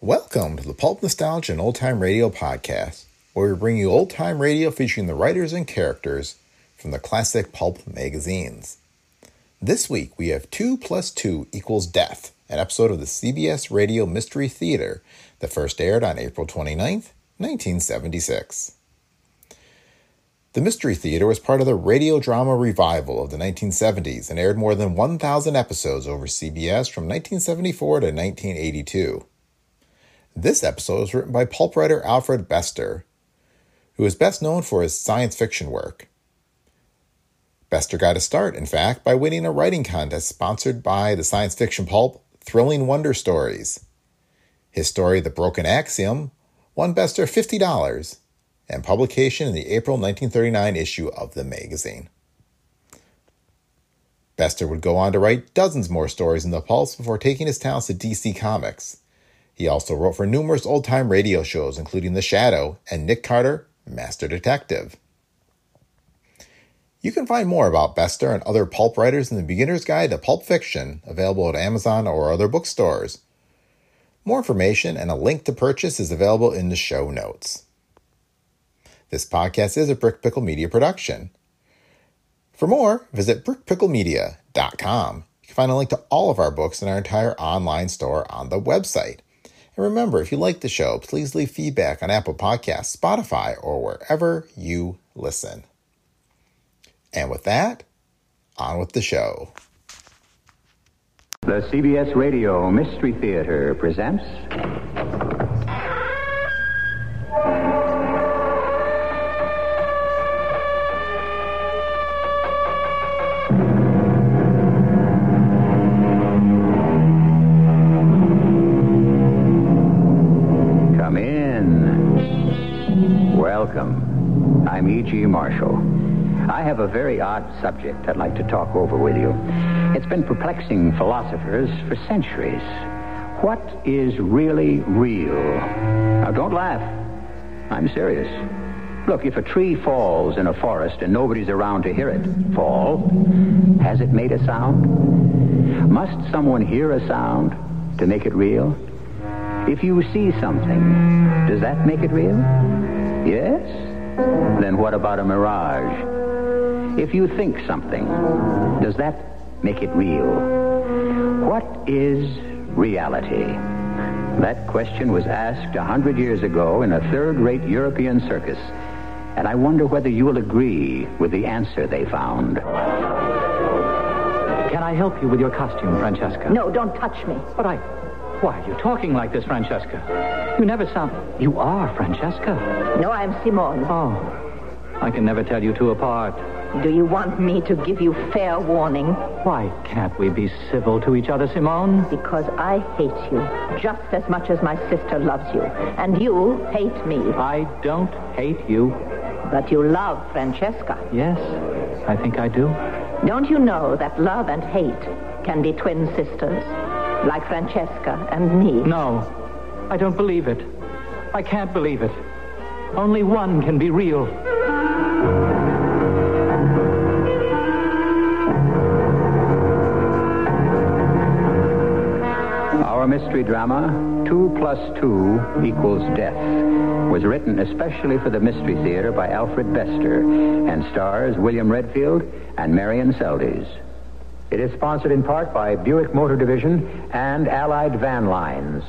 Welcome to the Pulp Nostalgia and Old Time Radio Podcast, where we bring you old time radio featuring the writers and characters from the classic pulp magazines. This week we have 2 plus 2 equals Death, an episode of the CBS Radio Mystery Theater that first aired on April 29th, 1976. The Mystery Theater was part of the radio drama revival of the 1970s and aired more than 1,000 episodes over CBS from 1974 to 1982. This episode was written by pulp writer Alfred Bester, who is best known for his science fiction work. Bester got his start, in fact, by winning a writing contest sponsored by the science fiction pulp Thrilling Wonder Stories. His story, The Broken Axiom, won Bester $50 and publication in the April 1939 issue of the magazine. Bester would go on to write dozens more stories in the Pulse before taking his talents to DC Comics. He also wrote for numerous old time radio shows, including The Shadow and Nick Carter, Master Detective. You can find more about Bester and other pulp writers in the Beginner's Guide to Pulp Fiction, available at Amazon or other bookstores. More information and a link to purchase is available in the show notes. This podcast is a Brick Pickle Media production. For more, visit brickpicklemedia.com. You can find a link to all of our books and our entire online store on the website. And remember, if you like the show, please leave feedback on Apple Podcasts, Spotify, or wherever you listen. And with that, on with the show. The CBS Radio Mystery Theater presents. Come in. Welcome. I'm E.G. Marshall. I have a very odd subject I'd like to talk over with you. It's been perplexing philosophers for centuries. What is really real? Now, don't laugh. I'm serious. Look, if a tree falls in a forest and nobody's around to hear it fall, has it made a sound? Must someone hear a sound to make it real? If you see something, does that make it real? Yes? Then what about a mirage? If you think something, does that make it real? What is reality? That question was asked a hundred years ago in a third-rate European circus, and I wonder whether you will agree with the answer they found. Can I help you with your costume, Francesca? No, don't touch me. But I. Why are you talking like this, Francesca? You never sound. You are Francesca. No, I'm Simone. Oh, I can never tell you two apart. Do you want me to give you fair warning? Why can't we be civil to each other, Simone? Because I hate you just as much as my sister loves you. And you hate me. I don't hate you. But you love Francesca. Yes, I think I do. Don't you know that love and hate can be twin sisters? Like Francesca and me. No, I don't believe it. I can't believe it. Only one can be real. Our mystery drama, Two Plus Two Equals Death, was written especially for the Mystery Theater by Alfred Bester and stars William Redfield and Marion Seldes. It is sponsored in part by Buick Motor Division and Allied Van Lines.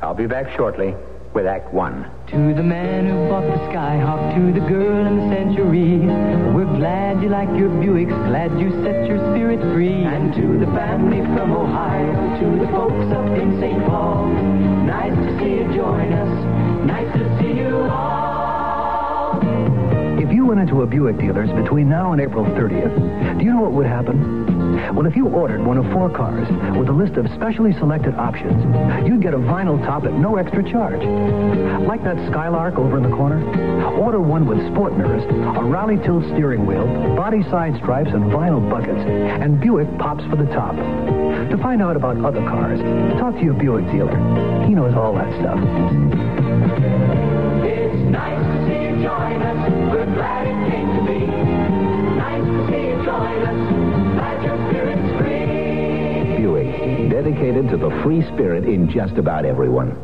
I'll be back shortly with Act One. To the man who bought the Skyhawk, to the girl in the century, we're glad you like your Buicks, glad you set your spirit free. And to the family from Ohio, to the folks up in St. Paul, nice to see you join us, nice to see you all. If you went into a Buick dealer's between now and April 30th, do you know what would happen? Well, if you ordered one of four cars with a list of specially selected options, you'd get a vinyl top at no extra charge. Like that Skylark over in the corner? Order one with sport mirrors, a rally tilt steering wheel, body side stripes, and vinyl buckets, and Buick pops for the top. To find out about other cars, talk to your Buick dealer. He knows all that stuff. It's nice to see you join us, we're glad it came to be. Nice to see you join us, glad your spirit's free. Buick, dedicated to the free spirit in just about everyone.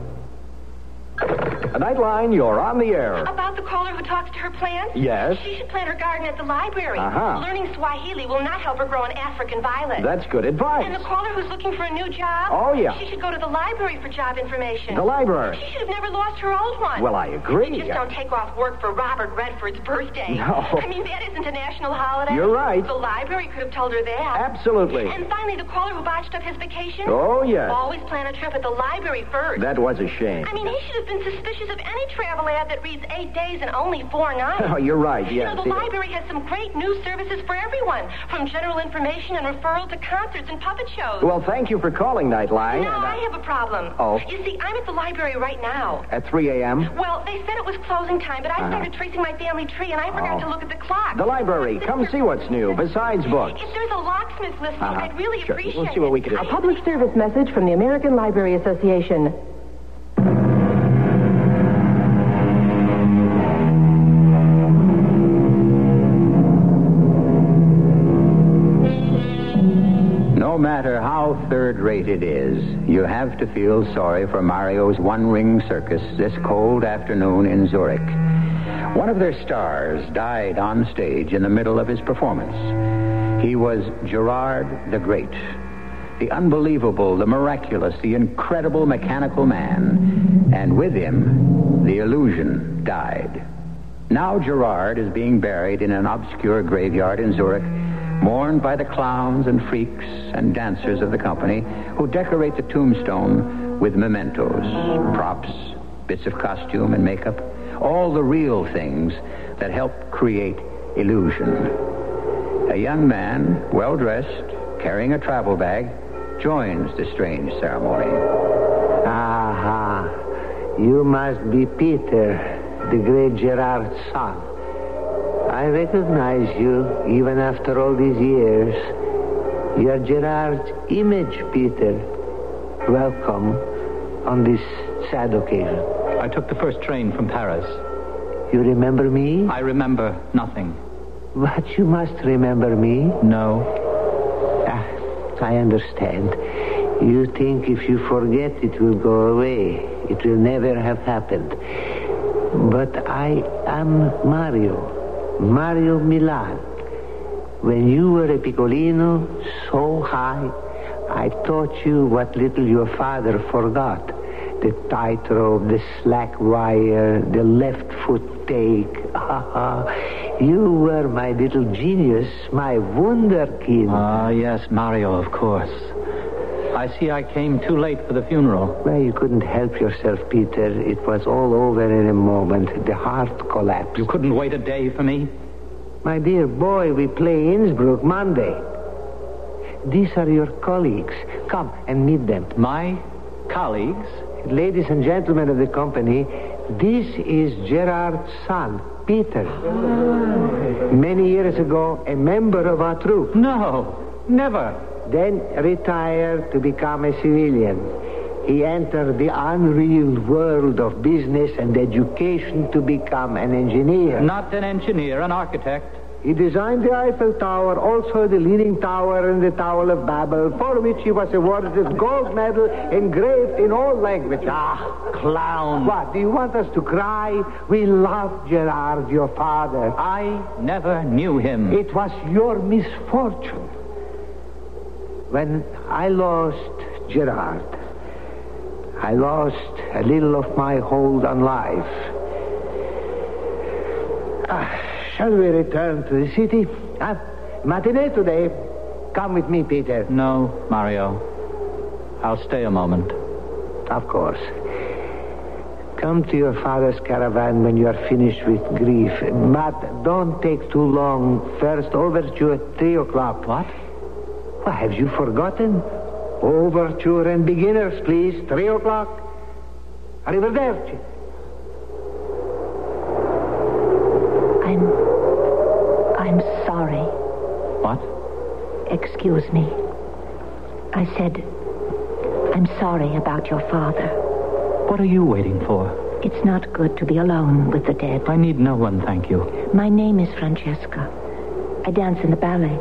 Nightline, you're on the air. About the caller who talks to her plants? Yes. She should plant her garden at the library. Uh-huh. Learning Swahili will not help her grow an African violet. That's good advice. And the caller who's looking for a new job? Oh, yeah. She should go to the library for job information. The library. She should have never lost her old one. Well, I agree. You just don't take off work for Robert Redford's birthday. No. I mean, that isn't a national holiday. You're right. The library could have told her that. Absolutely. And finally, the caller who botched up his vacation? Oh, yes. Always plan a trip at the library first. That was a shame. I mean, he should have been suspicious of any travel ad that reads eight days and only four nights. Oh, you're right, You yes, know, the yeah. library has some great news services for everyone, from general information and referral to concerts and puppet shows. Well, thank you for calling Nightline. and, now uh, I have a problem. Oh. You see, I'm at the library right now. At 3 a.m. Well, they said it was closing time, but I started tracing my family tree, and I Uh-huh. Oh. forgot to look at the clock. The library. Come see what's new, besides books. If there's a locksmith listening, Uh-huh. I'd really Sure. appreciate We'll see what we can do. it. A Public service message from the American Library Association. No matter how third rate it is, you have to feel sorry for Mario's one ring circus this cold afternoon in Zurich. One of their stars died on stage in the middle of his performance. He was Gerard the Great, the unbelievable, the miraculous, the incredible mechanical man, and with him, the illusion died. Now Gerard is being buried in an obscure graveyard in Zurich, mourned by the clowns and freaks and dancers of the company who decorate the tombstone with mementos, props, bits of costume and makeup, all the real things that help create illusion. A young man, well dressed, carrying a travel bag, joins the strange ceremony. Aha, you must be Peter, the great Gerard's son. I recognize you even after all these years. You're Gerard's image, Peter. Welcome on this sad occasion. I took the first train from Paris. You remember me? I remember nothing. But you must remember me. No. Ah, I understand. You think if you forget, it will go away. It will never have happened. But I am Mario. Mario Milan. When you were a piccolino, so high, I taught you what little your father forgot. The tightrope, the slack wire, the left foot take. you were my little genius, my wonder kid. Ah, yes, Mario, of course. I see I came too late for the funeral. Well, you couldn't help yourself, Peter. It was all over in a moment. The heart collapsed. You couldn't wait a day for me? My dear boy, we play Innsbruck Monday. These are your colleagues. Come and meet them. My colleagues? Ladies and gentlemen of the company, this is Gerard's son, Peter. Many years ago, a member of our troupe. No, never. then retired to become a civilian. He entered the unreal world of business and education to become an engineer. Not an engineer, an architect. He designed the Eiffel Tower, also the Leaning Tower and the Tower of Babel, for which he was awarded a gold medal engraved in all languages. Ah, Clown. what? Do you want us to cry? We love Gerard, your father. I never knew him. Mm. It was your misfortune. When I lost Gerard, I lost a little of my hold on life. Ah, shall we return to the city? Ah, matinee today. Come with me, Peter. No, Mario. I'll stay a moment. Of course. Come to your father's caravan when you are finished with grief. But don't take too long. First overture at 3 o'clock. What? Well, have you forgotten? Overture and beginners, please. 3 o'clock. Arrivederci. I'm. I'm sorry. What? Excuse me. I said, I'm sorry about your father. What are you waiting for? It's not good to be alone with the dead. I need no one, thank you. My name is Francesca. I dance in the ballet,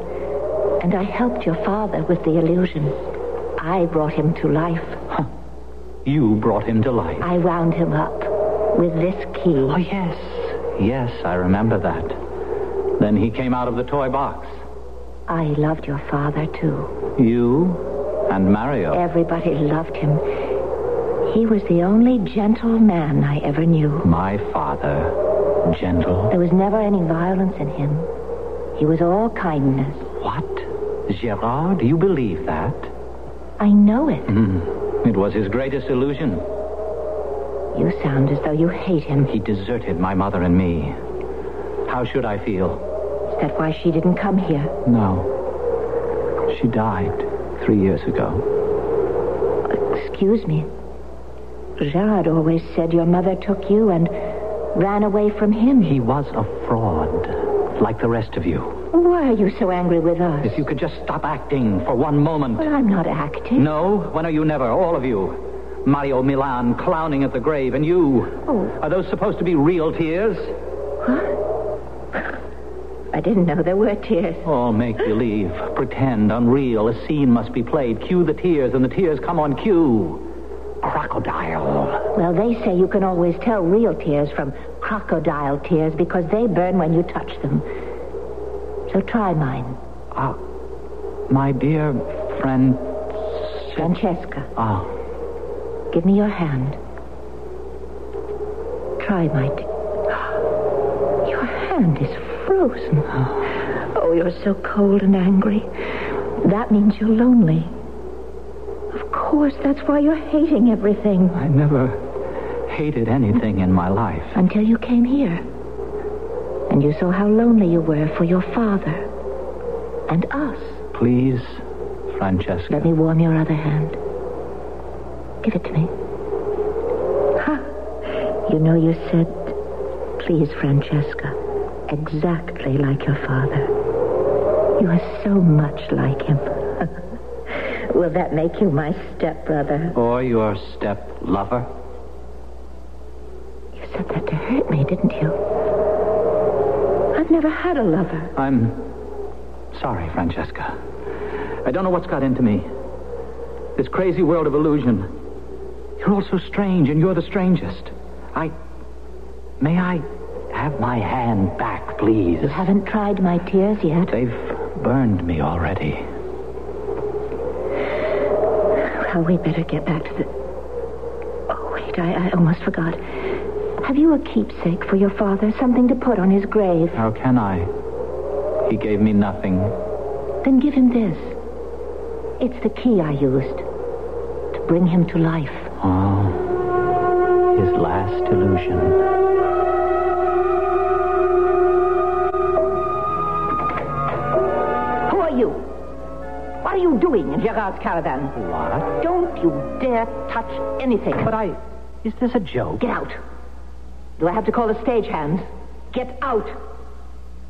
and I helped your father with the illusion. I brought him to life. You brought him to life. I wound him up, with this key. Oh, yes. Yes, I remember that. Then he came out of the toy box. I loved your father, too. You and Mario. Everybody loved him. He was the only gentle man I ever knew. My father. Gentle. There was never any violence in him. He was all kindness. What? Gerard, do you believe that? I know it. It was his greatest illusion. You sound as though you hate him. He deserted my mother and me. How should I feel? Is that why she didn't come here? No. She died three years ago. Excuse me. Gerard always said your mother took you and ran away from him. He was a fraud, like the rest of you. Why are you so angry with us? If you could just stop acting for one moment. Well, I'm not acting. No? When are you never? All of you. Mario Milan clowning at the grave, and you. Oh. Are those supposed to be real tears? I didn't know there were tears. All Oh, make believe, pretend, unreal. A scene must be played. Cue the tears, and the tears come on cue. Crocodile. Well, they say you can always tell real tears from crocodile tears because they burn when you touch them. So try mine, Ah, my dear friend. Francesca. Ah, Give me your hand. Try my. T- your hand is frozen. Oh, you're so cold and angry. That means you're lonely. Of course, that's why you're hating everything I never hated anything in my life. until you came here. And you saw how lonely you were for your father and us. Please, Let Francesca. me warm your other hand. Give it to me. Ha! You know you said, please, Francesca, exactly like your father. You are so much like him. Will that make you my stepbrother? Or your step lover. You said that to hurt me, didn't you? I've never had a lover. I'm sorry, Francesca. I don't know what's got into me. This crazy world of illusion. You're all so strange, and you're the strangest. I. May I have my hand back, please? You haven't tried my tears yet. They've burned me already. Well, Oh, we better get back to the. Oh, wait, I, I almost forgot. Have you a keepsake for your father? Something to put on his grave? How can I? He gave me nothing. Then give him this. It's the key I used to bring him to life. Oh, his last illusion. Who are you? What are you doing in Gerard's caravan? What? Don't you dare touch anything. But I. Is this a joke? Get out. Do I have to call the stagehands? Get out.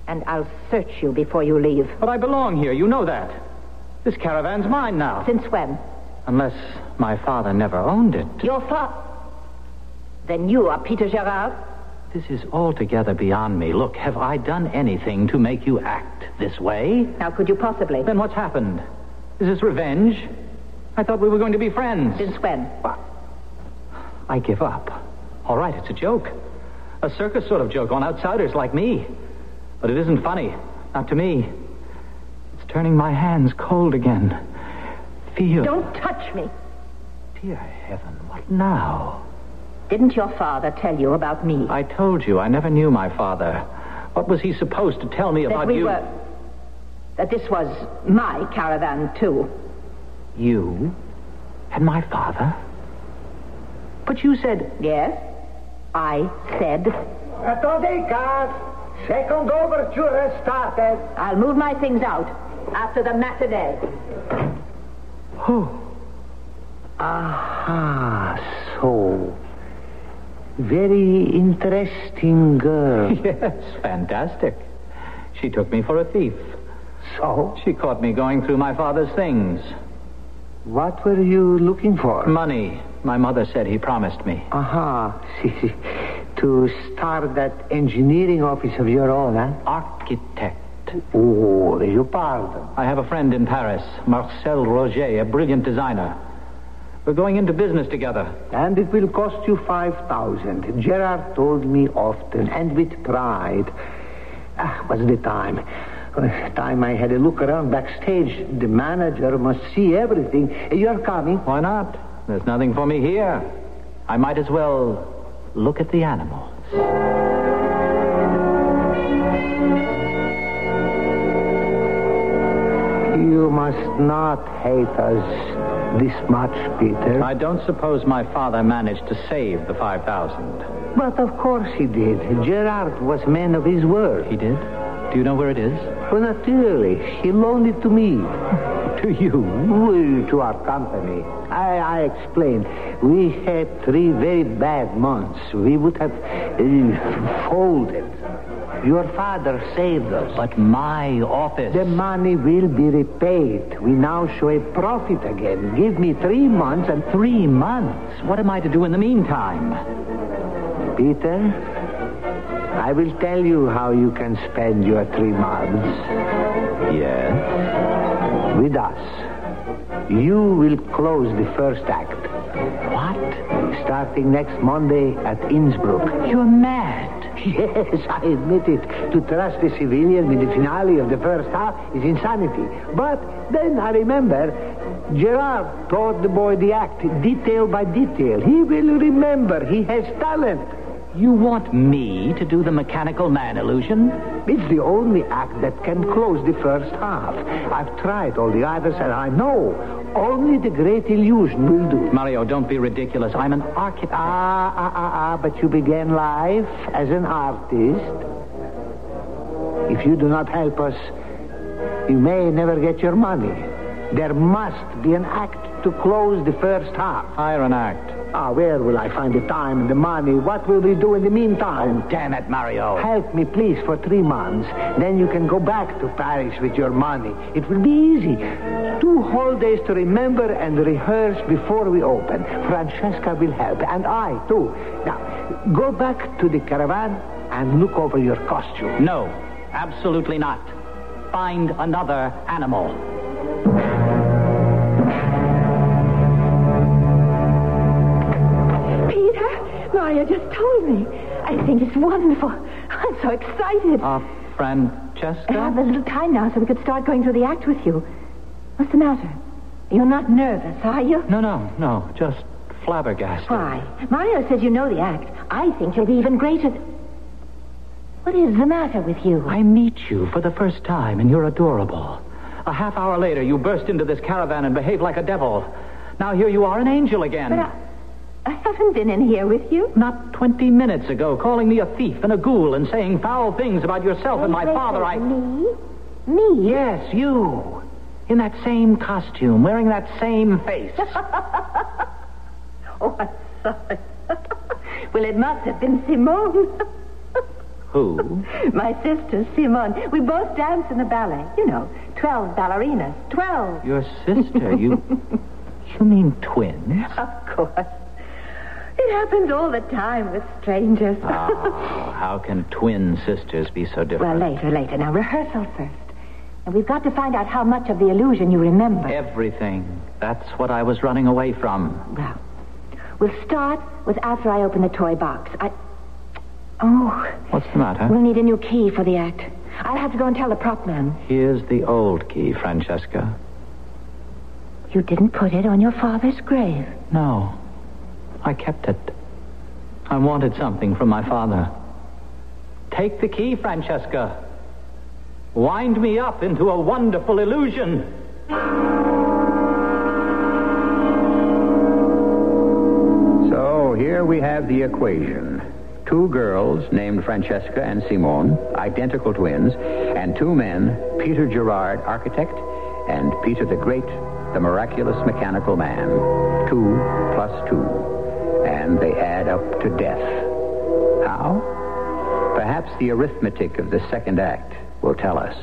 And I'll search you before you leave. But I belong here. You know that. This caravan's mine now. Since when? Unless my father never owned it. Your father. Then you are Peter Gerard? This is altogether beyond me. Look, have I done anything to make you act this way? How could you possibly? Then what's happened? Is this revenge? I thought we were going to be friends. Since when? I give up. All right, it's a joke. A circus sort of joke on outsiders like me. But it isn't funny. Not to me. It's turning my hands cold again. Feel. Don't touch me. Dear heaven, what now? Didn't your father tell you about me? I told you I never knew my father. What was he supposed to tell me that about we you? were. That this was my caravan, too. You and my father? But you said. Yes? I said. Attendez, guys. Second overture has started. I'll move my things out after the matinee. Aha, Ah, so. Very interesting girl. Yes, fantastic. She took me for a thief. So, She caught me going through my father's things. what were you looking for? Money, my mother said he promised me. Aha, to start that engineering office of your own, huh? Architect. Oh, you pardon. I have a friend in Paris, Marcel Roger, a brilliant designer. We're going into business together. And it will cost you 5,000. Gerard told me often, and with pride. Ah, was the time? Uh, Time I had a look around backstage. The manager must see everything. You're coming. Why not? There's nothing for me here. I might as well look at the animals. You must not hate us this much, Peter. I don't suppose my father managed to save the 5,000. But of course he did. Gerard was man of his word. He did? Do you know where it is? Well, naturally, he loaned it to me. To you. We, to our company. I, I explained. We had three very bad months. We would have uh, folded. Your father saved us. But my office. The money will be repaid. We now show a profit again. Give me three months and Three months. What am I to do in the meantime? Peter, I will tell you how you can spend your three months Yes. with us. You will close the first act. What? Starting next Monday at Innsbruck. You're mad. Yes, I admit it. To trust a civilian with the finale of the first half is insanity. But then I remember Gerard taught the boy the act, detail by detail. He will remember. He has talent. You want me to do the mechanical man illusion? It's the only act that can close the first half. I've tried all the others, and I know only the great illusion will do. Mario, don't be ridiculous. I'm an architect. Ah, ah, ah, ah, but you began life as an artist. If you do not help us, you may never get your money. There must be an act to close the first half. Hire an act. Ah, where will I find the time and the money? What will we do in the meantime? Oh, Damn it, Mario. Help me, please, for three months. Then you can go back to Paris with your money. It will be easy. Two whole days to remember and rehearse before we open. Francesca will help, and I, too. Now, go back to the caravan and look over your costume. No, absolutely not. Find another animal. Peter, Mario just told me. I think it's wonderful. I'm so excited. Uh-huh. Uh, I have a Francesca? little time now so we could start going through the act with you. What's the matter? You're not nervous, are you? No, no, no. Just flabbergasted. Why? Mario says you know the act. I think you'll be even greater. Th- what is the matter with you? I meet you for the first time, and you're adorable. A half hour later, you burst into this caravan and behave like a devil. Now here you are, an angel again. But I, I haven't been in here with you. Not 20 minutes ago, calling me a thief and a ghoul and saying foul things about yourself and my Wait, wait, father, wait. I. Me? Me? Yes, you. In that same costume, wearing that same face. Oh, I'm sorry. well, it must have been Simone. Who? My sister, Simone. We both danced in the ballet. You know, 12 ballerinas. 12. Your sister. You. You mean twins? Of course. It happens all the time with strangers. Oh, how can twin sisters be so well, different? later, later. Now, rehearsal first. And we've got to find out how much of the illusion you remember. Everything. That's what I was running away from. Well, we'll start with after I open the toy box. I. Oh, What's the matter? we'll need a new key for the act. I'll have to go and tell the prop man. Here's the old key, Francesca. You didn't put it on your father's grave. No, I kept it. I wanted something from my father. Take the key, Francesca. Wind me up into a wonderful illusion. So here we have the equation. Two girls named Francesca and Simone, identical twins, and two men, Peter Gerard, architect, and Peter the Great, the miraculous mechanical man. Two plus two. And they add up to death. How? Perhaps the arithmetic of the second act will tell us.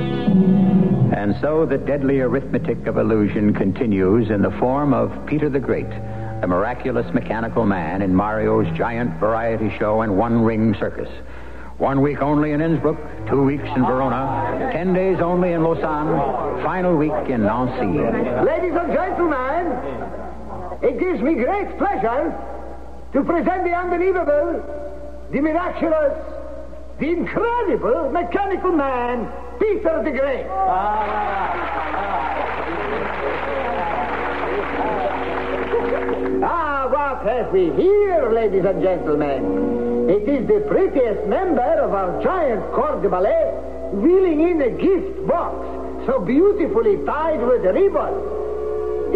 And so the deadly arithmetic of illusion continues in the form of Peter the Great, the miraculous mechanical man in Mario's giant variety show and one ring circus, One week only in Innsbruck, two weeks in Verona, ten days only in Lausanne, final week in Nancy. Ladies and gentlemen, it gives me great pleasure to present the unbelievable, the miraculous, the incredible mechanical man, Peter the Great. Ah, what have we here, ladies and gentlemen? It is the prettiest member of our giant corps de ballet wheeling in a gift box, so beautifully tied with a ribbon.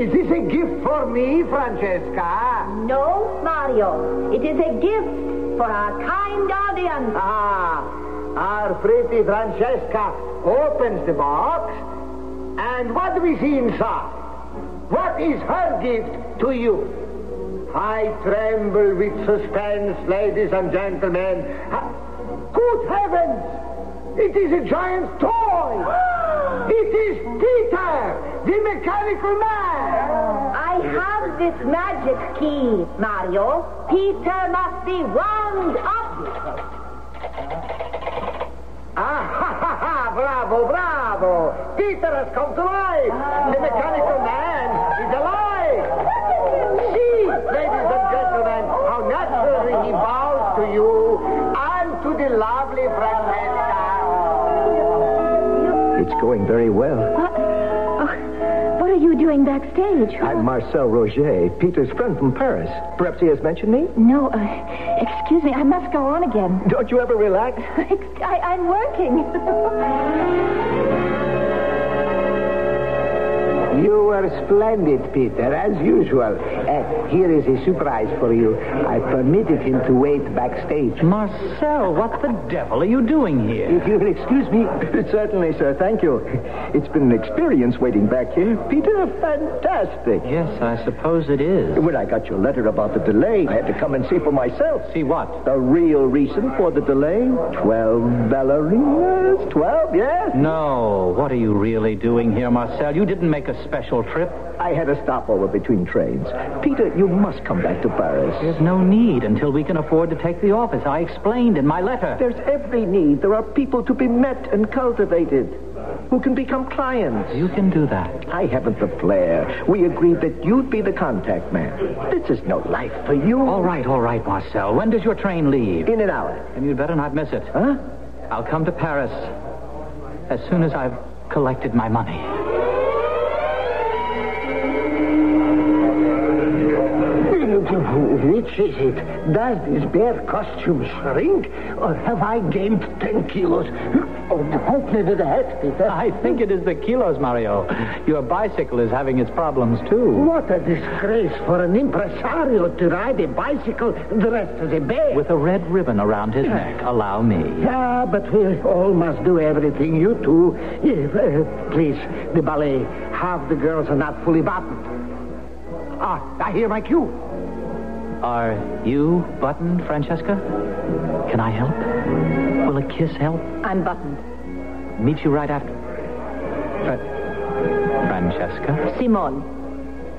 Is this a gift for me, Francesca? No, Mario. It is a gift for our kind audience. Ah, our pretty Francesca opens the box, and what do we see inside? What is her gift to you? I tremble with suspense, ladies and gentlemen. Ha- Good heavens! It is a giant toy! It is Peter, the mechanical man! I have this magic key, Mario. Peter must be wound up. Ah, ha, ha, ha, bravo, bravo! Peter has come to life! Ah. The mechanical man is alive! See, ladies and gentlemen, how naturally he bows to you and to the lovely Francesca. It's going very well. What? Oh, what are you doing backstage? I'm Marcel Roger, Peter's friend from Paris. Perhaps he has mentioned me? No, uh, excuse me. I must go on again. Don't you ever relax? I, I'm working. You were splendid, Peter, as usual. Uh, here is a surprise for you. I permitted him to wait backstage. Marcel, what the devil are you doing here? If you'll excuse me, Certainly, sir. Thank you. It's been an experience waiting back here. Peter, fantastic. Yes, I suppose it is. When I got your letter about the delay, I had to come and see for myself. See what? The real reason for the delay? Twelve ballerinas? Twelve, yes? No, what are you really doing here, Marcel? You didn't make a special trip. I had a stopover between trains. Peter, you must come back to Paris. There's no need until we can afford to take the office. I explained in my letter. There's every need. There are people to be met and cultivated who can become clients. You can do that. I haven't the flair. We agreed that you'd be the contact man. This is no life for you. All right, all right, Marcel. When does your train leave? In an hour. And you'd better not miss it. Huh? I'll come to Paris as soon as I've collected my money. Which is it? Does this bear costume shrink, or have I gained 10 kilos? Oh, help me with the hat, Peter. I think it is the kilos, Mario. Your bicycle is having its problems, too. What a disgrace for an impresario to ride a bicycle dressed as a bear. With a red ribbon around his neck. Allow me. Yeah, Ah, but we all must do everything. You too. If, uh, please, the ballet. Half the girls are not fully buttoned. Ah, I hear my cue. Are you buttoned, Francesca? Can I help? Will a kiss help? I'm buttoned. Meet you right after. Fra- Francesca, Simone,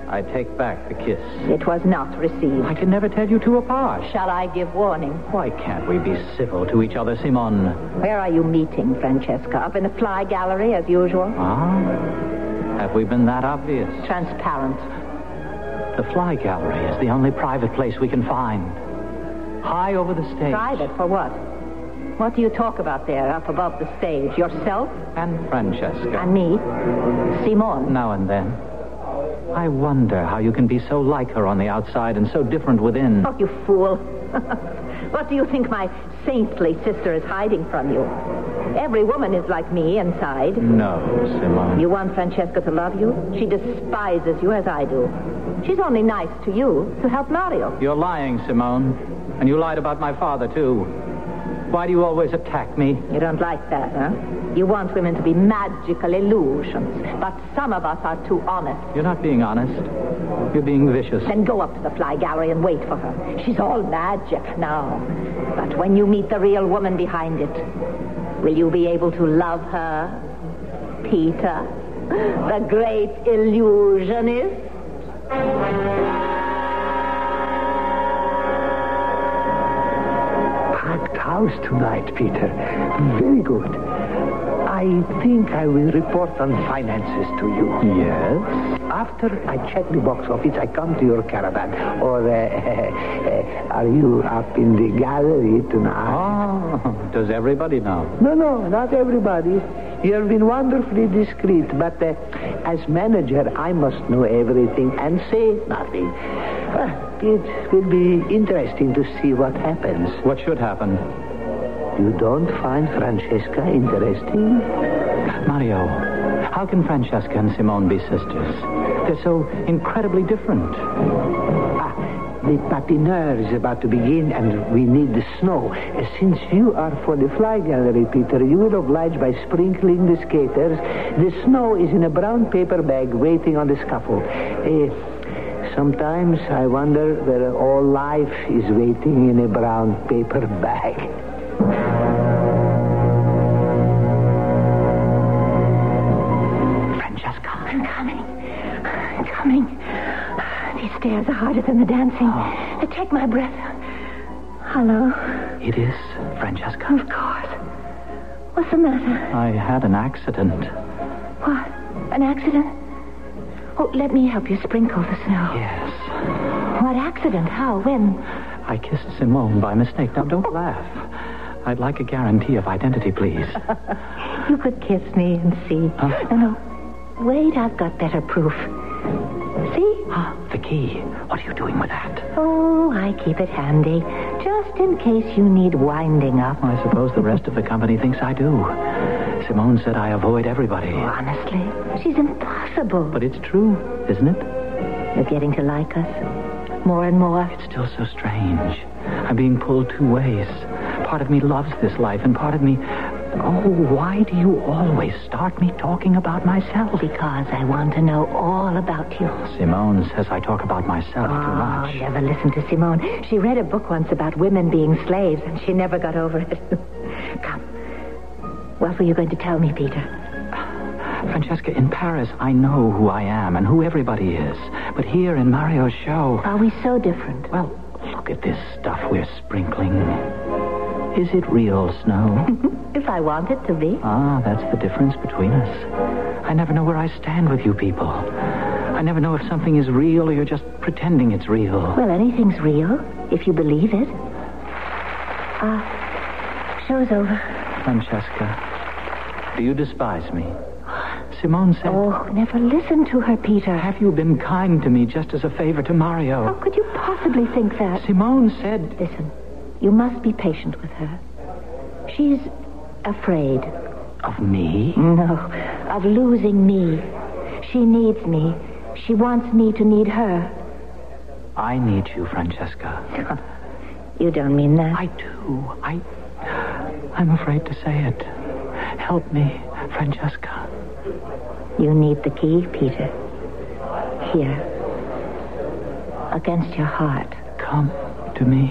I take back the kiss. it was not received. I can never tell you two apart. Shall I give warning? Why can't we be civil to each other, Simon? Where are you meeting, Francesca? Up in the fly gallery, as usual? Ah, have we been that obvious? Transparent. The fly gallery is the only private place we can find. High over the stage. Private for what? What do you talk about there, up above the stage? Yourself And Francesca. and me? Simone. Now and then. I wonder how you can be so like her on the outside and so different within. Oh, you fool. what do you think my saintly sister is hiding from you? Every woman is like me inside. No, Simone. You want Francesca to love you? She despises you as I do. She's only nice to you to help Mario. You're lying, Simone. And you lied about my father, too. Why do you always attack me? You don't like that, huh? You want women to be magical illusions, but some of us are too honest. You're not being honest. You're being vicious. Then go up to the fly gallery and wait for her. She's all magic now. But when you meet the real woman behind it, will you be able to love her? Peter, the great illusionist? Packed house tonight, Peter. Very good. I think I will report on finances to you. Yes? After I check the box office, I come to your caravan. Or uh, are you up in the gallery tonight? Ah, Does everybody know? No, no, not everybody. You have been wonderfully discreet, but uh, as manager, I must know everything and say nothing. Ah, it will be interesting to see what happens. What should happen? You don't find Francesca interesting? Mario, how can Francesca and Simone be sisters? They're so incredibly different. The patineur is about to begin, and we need the snow. Uh, Since you are for the fly gallery, Peter, you will oblige by sprinkling the skaters. The snow is in a brown paper bag waiting on the scaffold. Uh, sometimes I wonder whether all life is waiting in a brown paper bag. Francesca. I'm coming. I'm coming. These stairs are harder than the dancing. They take my breath. Hello? It is Francesca. Of course. What's the matter? I had an accident. What? An accident? Oh, let me help you sprinkle the snow. Yes. What accident? How? When? I kissed Simone by mistake. Now, don't laugh. I'd like a guarantee of identity, please. You could kiss me and see. No, no. Wait, I've got better proof. See? the key. What are you doing with that? Oh, I keep it handy. Just in case you need winding up. I suppose the rest of the company thinks I do. Simone said I avoid everybody. Honestly, she's impossible. But it's true, isn't it? You're getting to like us more and more. It's still so strange. I'm being pulled two ways. Part of me loves this life, and part of me. Oh, why do you always start me talking about myself? Because I want to know all about you. Simone says I talk about myself Oh, too much. never listen to Simone. She read a book once about women being slaves, and she never got over it. Come. What were you going to tell me, Peter? Francesca, in Paris, I know who I am and who everybody is. But here in Mario's show, Are we so different? well, look at this stuff we're sprinkling. Is it real snow? If I want it to be. ah, that's the difference between us. I never know where I stand with you people. I never know if something is real or you're just pretending it's real. Well, anything's real, if you believe it. Ah, show's over. Francesca, do you despise me? Simone said, Oh, never listen to her, Peter. Have you been kind to me just as a favor to How Mario? could you possibly think that? Simone said, Listen, you must be patient with her. She's afraid. Of me? No, of losing me. She needs me. She wants me to need her. I need you, Francesca. You don't mean that. I do. I. I'm afraid to say it. Help me, Francesca. You need the key, Peter. Here. Against your heart. Come to me.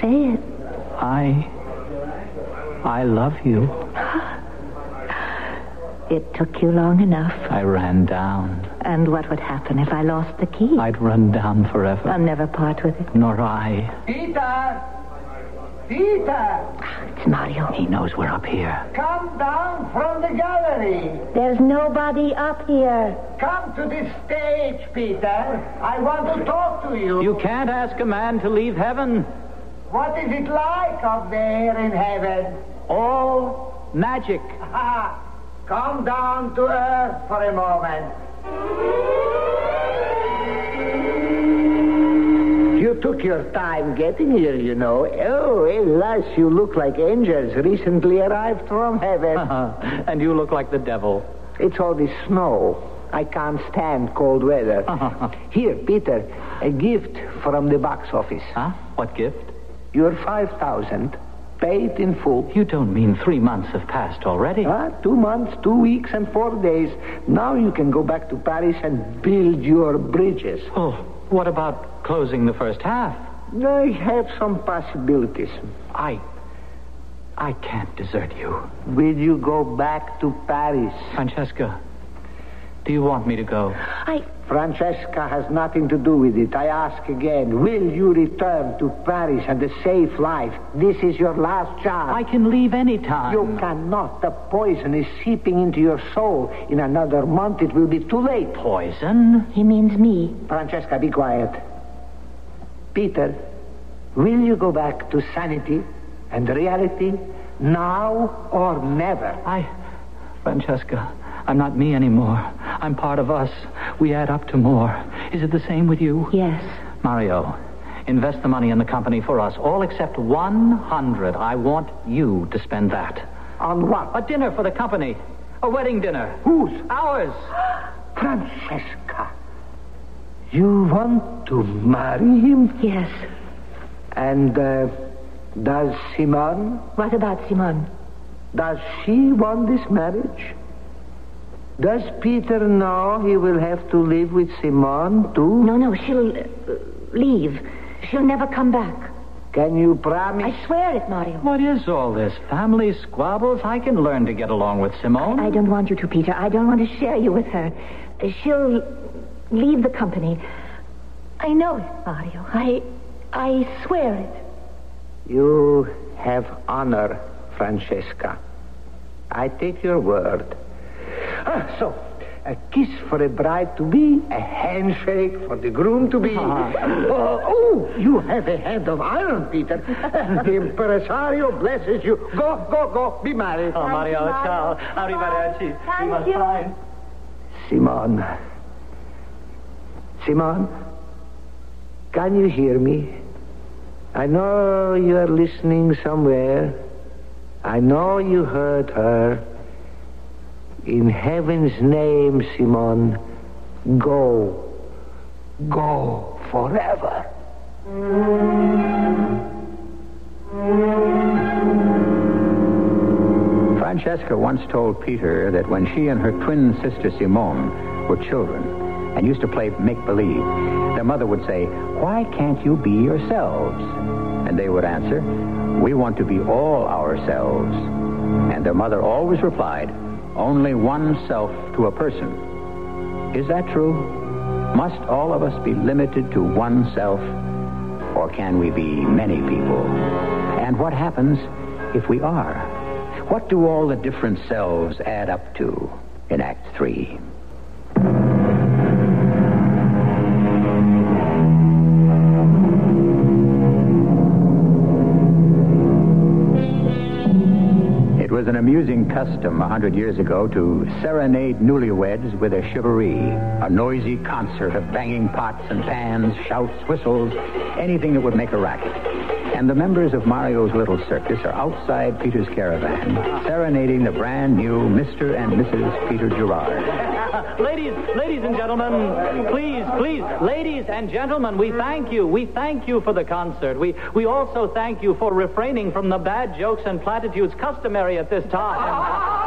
Say it. I. I love you. It took you long enough. I ran down. And what would happen if I lost the key? I'd run down forever. I'll never part with it. Nor I. Peter! Peter! It's Mario. He knows we're up here. Come down from the gallery! There's nobody up here. Come to the stage, Peter. I want to talk to you. You can't ask a man to leave heaven. What is it like up there in heaven? All magic. Ah, come down to earth for a moment. You took your time getting here, you know. Oh, alas, you look like angels recently arrived from Uh-huh. heaven. and you look like the devil. it's all the snow. I can't stand cold weather. here, Peter, a gift from the box office. Huh? What gift? Your 5,000 paid in full. You don't mean three months have passed already. Ah, two months, two weeks, and four days. Now you can go back to Paris and build your bridges. Oh, what about closing the first half? I have some possibilities. I. I can't desert you. Will you go back to Paris? Francesca, Do you want me to go? I. Francesca has nothing to do with it. I ask again, will you return to Paris and a safe life? This is your last chance. I can leave any time. You cannot. The poison is seeping into your soul. In another month, it will be too late. Poison? He means me. Francesca, be quiet. Peter, will you go back to sanity and reality now or never? I. Francesca, I'm not me anymore. I'm part of us. We add up to more. Is it the same with you? Yes. Mario, invest the money in the company for us, all except 100. I want you to spend that. On what? A dinner for the company. A wedding dinner. Whose? Ours. Francesca, you want to marry him? Yes. And uh, does Simone? What about Simone? Does she want this marriage? Does Peter know he will have to live with Simone too? No, no, she'll uh, leave. She'll never come back. Can you promise? I swear it, Mario. What is all this? Family squabbles? I can learn to get along with Simone. I don't want you to, Peter. I don't want to share you with her. She'll leave the company. I know it, Mario. I, I swear it. You have honor, Francesca. I take your word. Ah, so, a kiss for a bride to be, a handshake for the groom to be. Oh, oh, you have a hand of iron, Peter. the impresario blesses you. Go, go, go. Be married. Oh, Mario, ciao. Arrivederci. Thank We must you. find- Simon. Simon, can you hear me? I know you are listening somewhere. I know you heard her. In heaven's name, Simon, go. Go forever. Francesca once told Peter that when she and her twin sister Simone were children and used to play make believe, their mother would say, Why can't you be yourselves? And they would answer, We want to be all ourselves. And their mother always replied, Only one self to a person. Is that true? Must all of us be limited to one self? Or can we be many people? And what happens if we are? What do all the different selves add up to in Act 3? It was an amusing custom a hundred years ago to serenade newlyweds with a chivalry, a noisy concert of banging pots and pans, shouts, whistles, anything that would make a racket. And the members of Mario's little circus are outside Peter's caravan, serenading the brand new Mr. and Mrs. Peter Gerard. Ladies, ladies and gentlemen, please, please, ladies and gentlemen, we thank you. We thank you for the concert. We we also thank you for refraining from the bad jokes and platitudes customary at this time.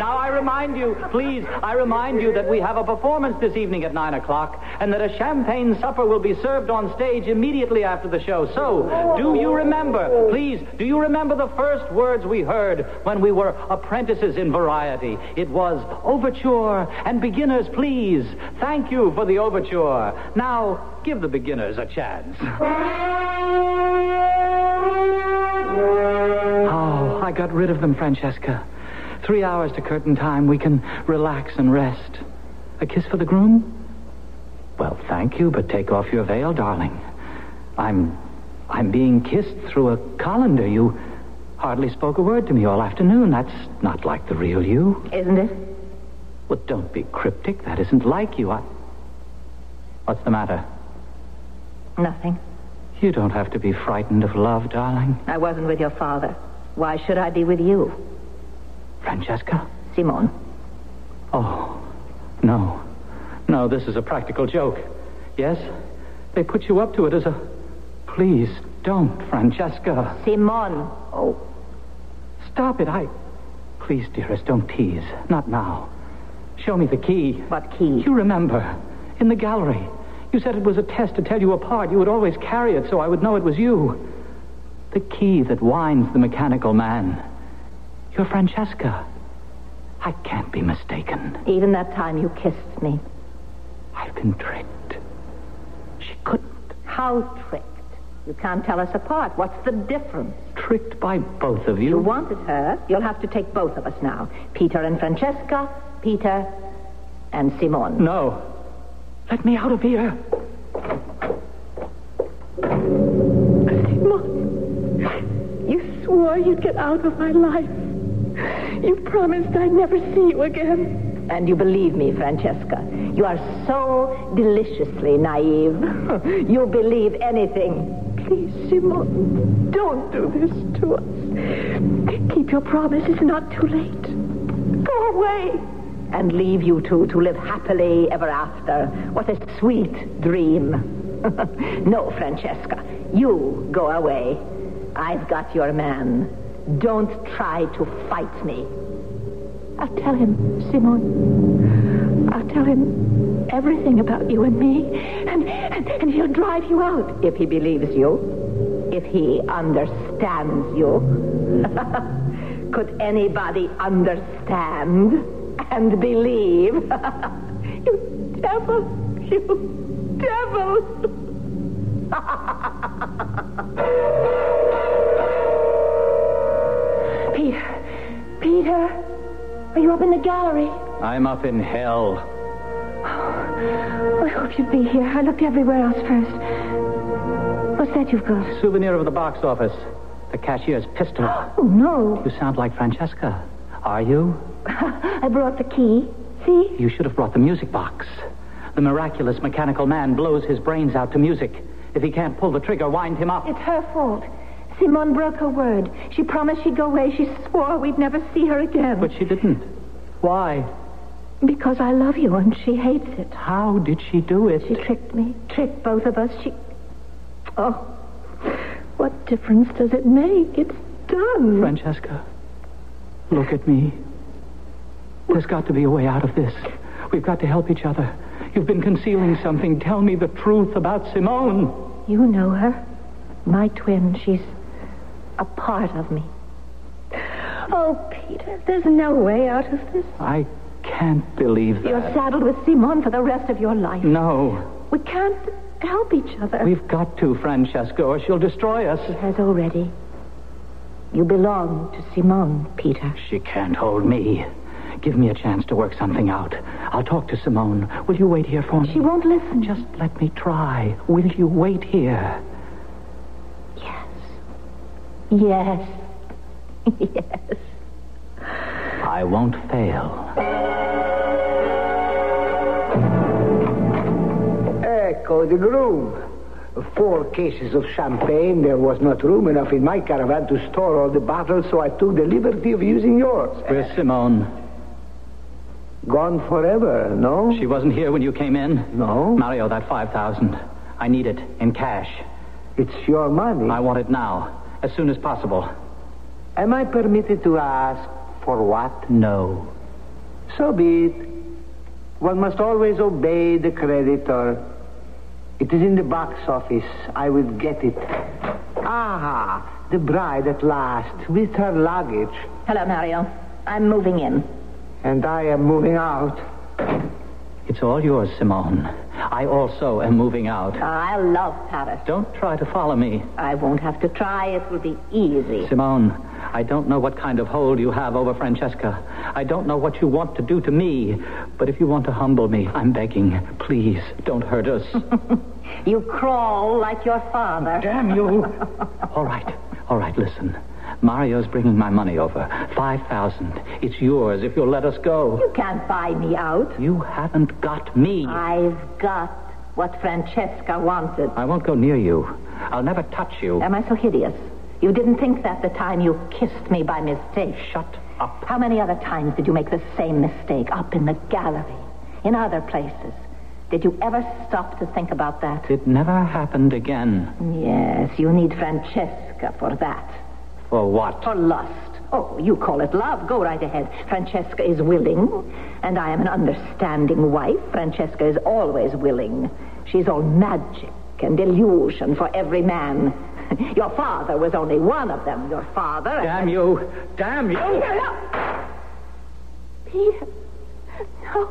Now I remind you, please, I remind you that we have a performance this evening at nine o'clock, and that a champagne supper will be served on stage immediately after the show. So, do you remember? Please, do you remember the first words we heard when we were apprentices in variety? It was overture and beginners, please. Thank you for the overture. Now, give the beginners a chance. Oh, I got rid of them, Francesca. Three hours to curtain time. We can relax and rest. A kiss for the groom? Well, thank you, but take off your veil, darling. I'm. I'm being kissed through a colander. You hardly spoke a word to me all afternoon. That's not like the real you. Isn't it? Well, don't be cryptic. That isn't like you. I. What's the matter? Nothing. You don't have to be frightened of love, darling. I wasn't with your father. Why should I be with you, Francesca? Simone? Oh, no. No, this is a practical joke. Yes? They put you up to it as a. Please don't, Francesca. Simone. Oh, Stop it. I. Please, dearest, don't tease. Not now. Show me the key. what key? You remember. In the gallery. You said it was a test to tell you apart. You would always carry it so I would know it was you. The key that winds the mechanical man. You're Francesca. I can't can't be mistaken. Even that time you kissed me. I've been tricked. She couldn't. How tricked? You can't tell us apart. What's the difference? Tricked by both of you. You wanted her. You'll have to take both of us now. Peter and Francesca, Peter and Simone. No. Let me out of here. You swore you'd get out of my life. You promised I'd never see you again. And you believe me, Francesca. You are so deliciously naive. you believe anything. Please, Simone, don't do this to us. Keep your promise. It's not too late. Go away. And leave you two to live happily ever after. What a sweet dream. no, Francesca. You go away. I've got your man. Don't try to fight me. I'll tell him, Simone. I'll tell him everything about you and me, and, and, and he'll drive you out. if he believes you, if he understands you. Could anybody understand and believe? you devil! You devil! Peter, Peter, are you up in the gallery? I'm up in hell. I hope you'd be here. I looked everywhere else first. What's that you've got? Souvenir of the box office. The cashier's pistol. Oh, no. you sound like Francesca. Are you? I brought the key. See? You should have brought the music box. The miraculous mechanical man blows his brains out to music. If he can't pull the trigger, wind him up. It's her fault. Simone broke her word. She promised she'd go away. She swore we'd never see her again. But she didn't. Why? Because I love you and she hates it. How did she do it? She tricked me, tricked both of us. She. Oh, what difference does it make? It's done. Francesca, look at me. There's got to be a way out of this. We've got to help each other. You've been concealing something. Tell me the truth about Simone. You know her. My twin. She's a part of me. Oh, Peter, there's no way out of this. I can't believe that. You're saddled with Simone for the rest of your life. No. We can't help each other. We've got to, Francesca, or she'll destroy us. has already. You belong to Simone, Peter. She can't hold me. Give me a chance to work something out. I'll talk to Simone. Will you wait here for me? She won't listen. Just let me try. Will you wait here? Yes. Yes. yes. I won't fail. Ecco the groom. Four cases of champagne. There was not room enough in my caravan to store all the bottles, so I took the liberty of using yours. Where's Simone? Gone forever, no? She wasn't here when you came in? No. Mario, that 5,000. I need it in cash. It's your money. I want it now, as soon as possible. Am I permitted to ask for what? No. So be it. One must always obey the creditor. It is in the box office. I will get it. Ah, the bride at last, with her luggage. Hello, Mario. I'm moving in. And I am moving out. It's all yours, Simone. I also am moving out. I love Paris. Don't try to follow me. I won't have to try. It will be easy. Simone, I don't know what kind of hold you have over Francesca. I don't know what you want to do to me. But if you want to humble me, I'm begging. Please, don't hurt us. You crawl like your father. Damn you. all right, all right, listen. Mario's bringing my money over. 5,000. It's yours if you'll let us go. You can't buy me out. You haven't got me. I've got what Francesca wanted. I won't go near you. I'll never touch you. Am I so hideous? You didn't think that the time you kissed me by mistake. Shut up. How many other times did you make the same mistake? Up in the gallery, in other places. Did you ever stop to think about that? It never happened again. Yes, you need Francesca for that. For what? For lust. Oh, you call it love. Go right ahead. Francesca is willing, and I am an understanding wife. Francesca is always willing. She's all magic and illusion for every man. Your father was only one of them. Your father. Damn you. Damn you. Peter, No,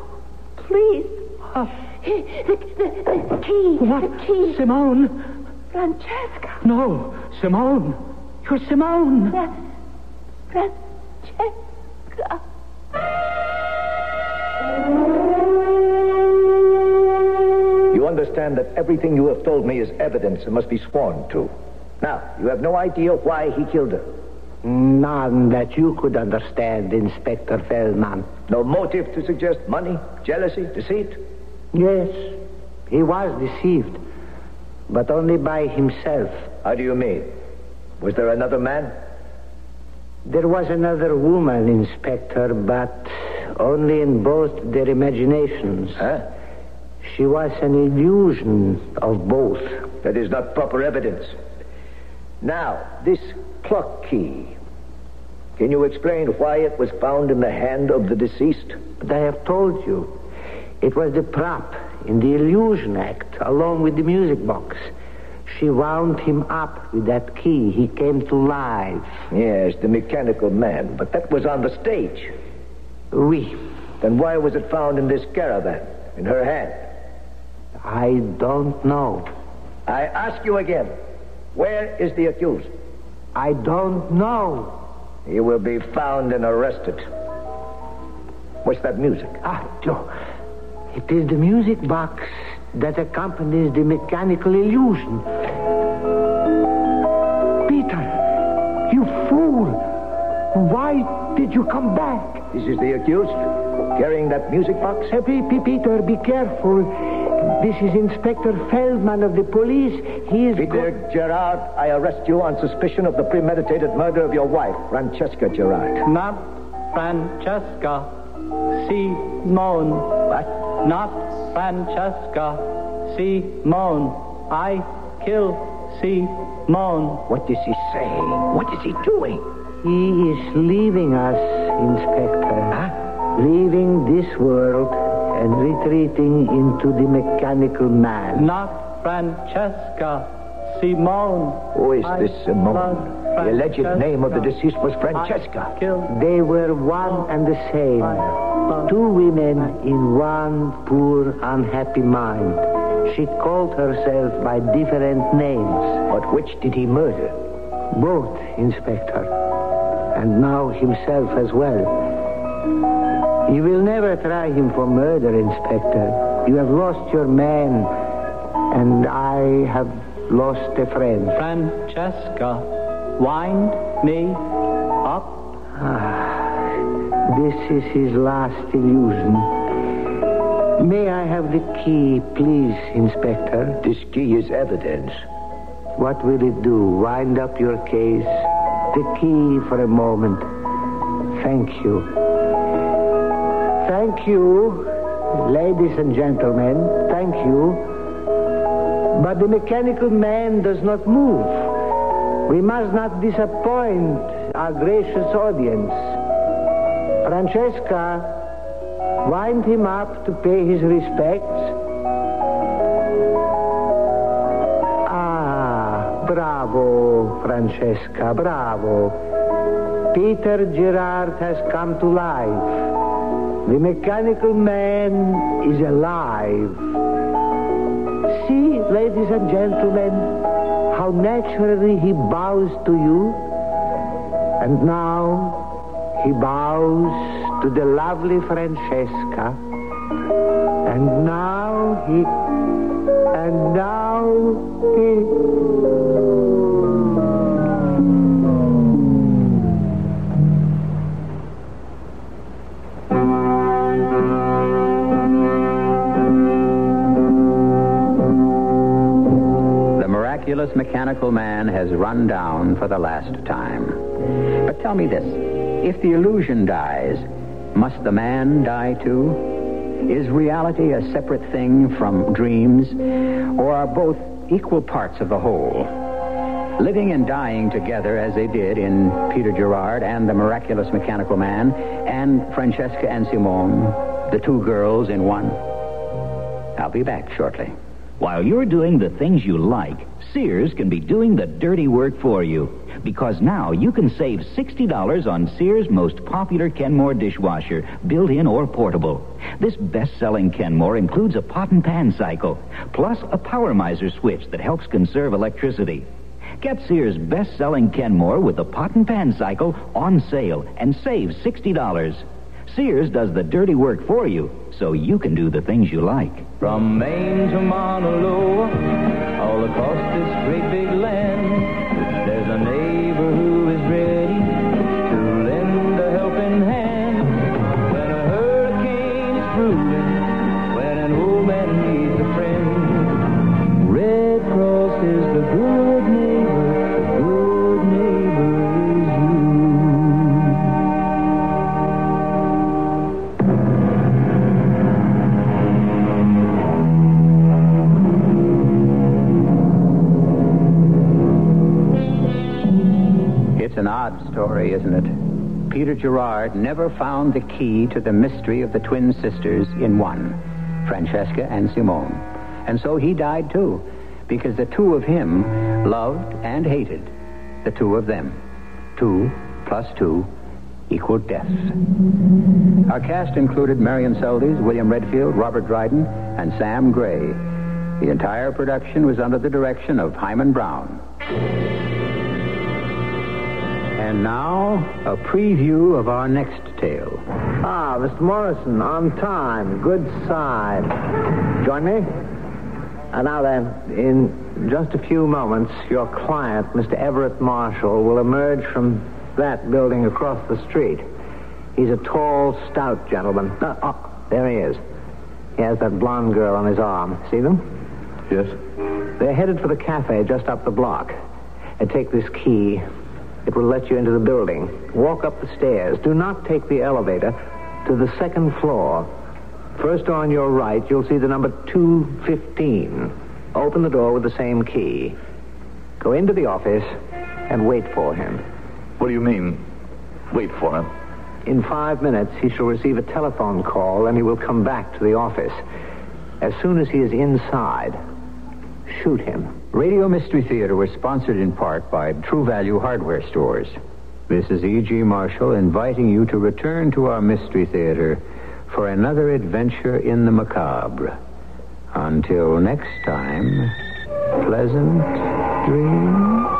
please. He- the, the- the key. The key. Simone. Francesca. No, Simone. You're Simone. Fra- Francesca. You understand that everything you have told me is evidence and must be sworn to. Now, you have no idea why he killed her. None that you could understand, Inspector Feldman. No motive to suggest money, jealousy, deceit. Yes, he was deceived, but only by himself. How do you mean? Was there another man? There was another woman, Inspector, but only in both their imaginations. Huh? She was an illusion of both. That is not proper evidence. Now, this clock key. Can you explain why it was found in the hand of the deceased? But I have told you, it was the prop in the Illusion Act, along with the music box. She wound him up with that key. He came to life. Yes, the mechanical man, but that was on the stage. Oui. Then why was it found in this caravan, in her hand? I don't know. I ask you again, where is the accused? I don't know. He will be found and arrested. What's that music? Ah, Joe. It is the music box that accompanies the mechanical illusion. Peter, you fool! Why did you come back? This is the accused carrying that music box? Uh, P- P- Peter, be careful. This is Inspector Feldman of the police. He is. Peter Gerard, I arrest you on suspicion of the premeditated murder of your wife, Francesca Gerard. Not Francesca. Simone. What? Not Francesca. Simone. I kill Simone. What is he saying? What is he doing? He is leaving us, Inspector. Leaving this world and retreating into the mechanical man. Not Francesca. Simone. Who is I this Simone? love The alleged Francesca. name of the deceased was I Francesca. kill They were one and the same. Two women in one poor, unhappy mind. She called herself by different names. But which did he murder? Both, Inspector. And now himself as well. You will never try him for murder, Inspector. You have lost your man, and I have lost a friend. Francesca. Wind me up. This is his last illusion. May I have the key, please, Inspector? This key is evidence. What will it do? Wind up your case? The key for a moment. Thank you. Thank you, ladies and gentlemen. Thank you. But the mechanical man does not move. We must not disappoint our gracious audience. Francesca, wind him up to pay his respects. Ah, bravo, Francesca, bravo. Peter Gerard has come to life. The mechanical man is alive. See, ladies and gentlemen, how naturally he bows to you. And now he bows to the lovely Francesca. And now he. And now he. The miraculous mechanical man has run down for the last time. But tell me this if the illusion dies, must the man die too? Is reality a separate thing from dreams, or are both equal parts of the whole? Living and dying together as they did in Peter Gerard and the miraculous mechanical man, and Francesca and Simone, the two girls in one. I'll be back shortly. While you're doing the things you like, Sears can be doing the dirty work for you. Because now you can save $60 on Sears' most popular Kenmore dishwasher, built in or portable. This best selling Kenmore includes a pot and pan cycle, plus a power miser switch that helps conserve electricity. Get Sears' best selling Kenmore with the pot and pan cycle on sale and save $60. Sears does the dirty work for you so you can do the things you like. From Maine to Mauna Loa, all across this great big land, there's a neighbor who is ready to lend a helping hand. When a hurricane is brewing, when an old man needs a friend, Red Cross is the good neighbor, the good neighbor is It's an odd story, isn't it? Peter Gerard never found the key to the mystery of the twin sisters in one, Francesca and Simone. And so he died too, because the two of him loved and hated the two of them. Two plus two equaled death. Our cast included Marion Seldes, William Redfield, Robert Dryden, and Sam Gray. The entire production was under the direction of Hyman Brown. And now, a preview of our next tale. Ah, Mr. Morrison, on time. Good side. Join me? And now then, in just a few moments, your client, Mr. Everett Marshall, will emerge from that building across the street. He's a tall, stout gentleman. Uh, oh, there he is. He has that blonde girl on his arm. See them? Yes. They're headed for the cafe just up the block. And take this key. It will let you into the building. Walk up the stairs. Do not take the elevator to the second floor. First on your right, you'll see the number 215. Open the door with the same key. Go into the office and wait for him. What do you mean, wait for him? In five minutes, he shall receive a telephone call and he will come back to the office. As soon as he is inside, shoot him. Radio Mystery Theater was sponsored in part by True Value Hardware Stores. This is E.G. Marshall inviting you to return to our Mystery Theater for another adventure in the macabre. Until next time, pleasant dreams.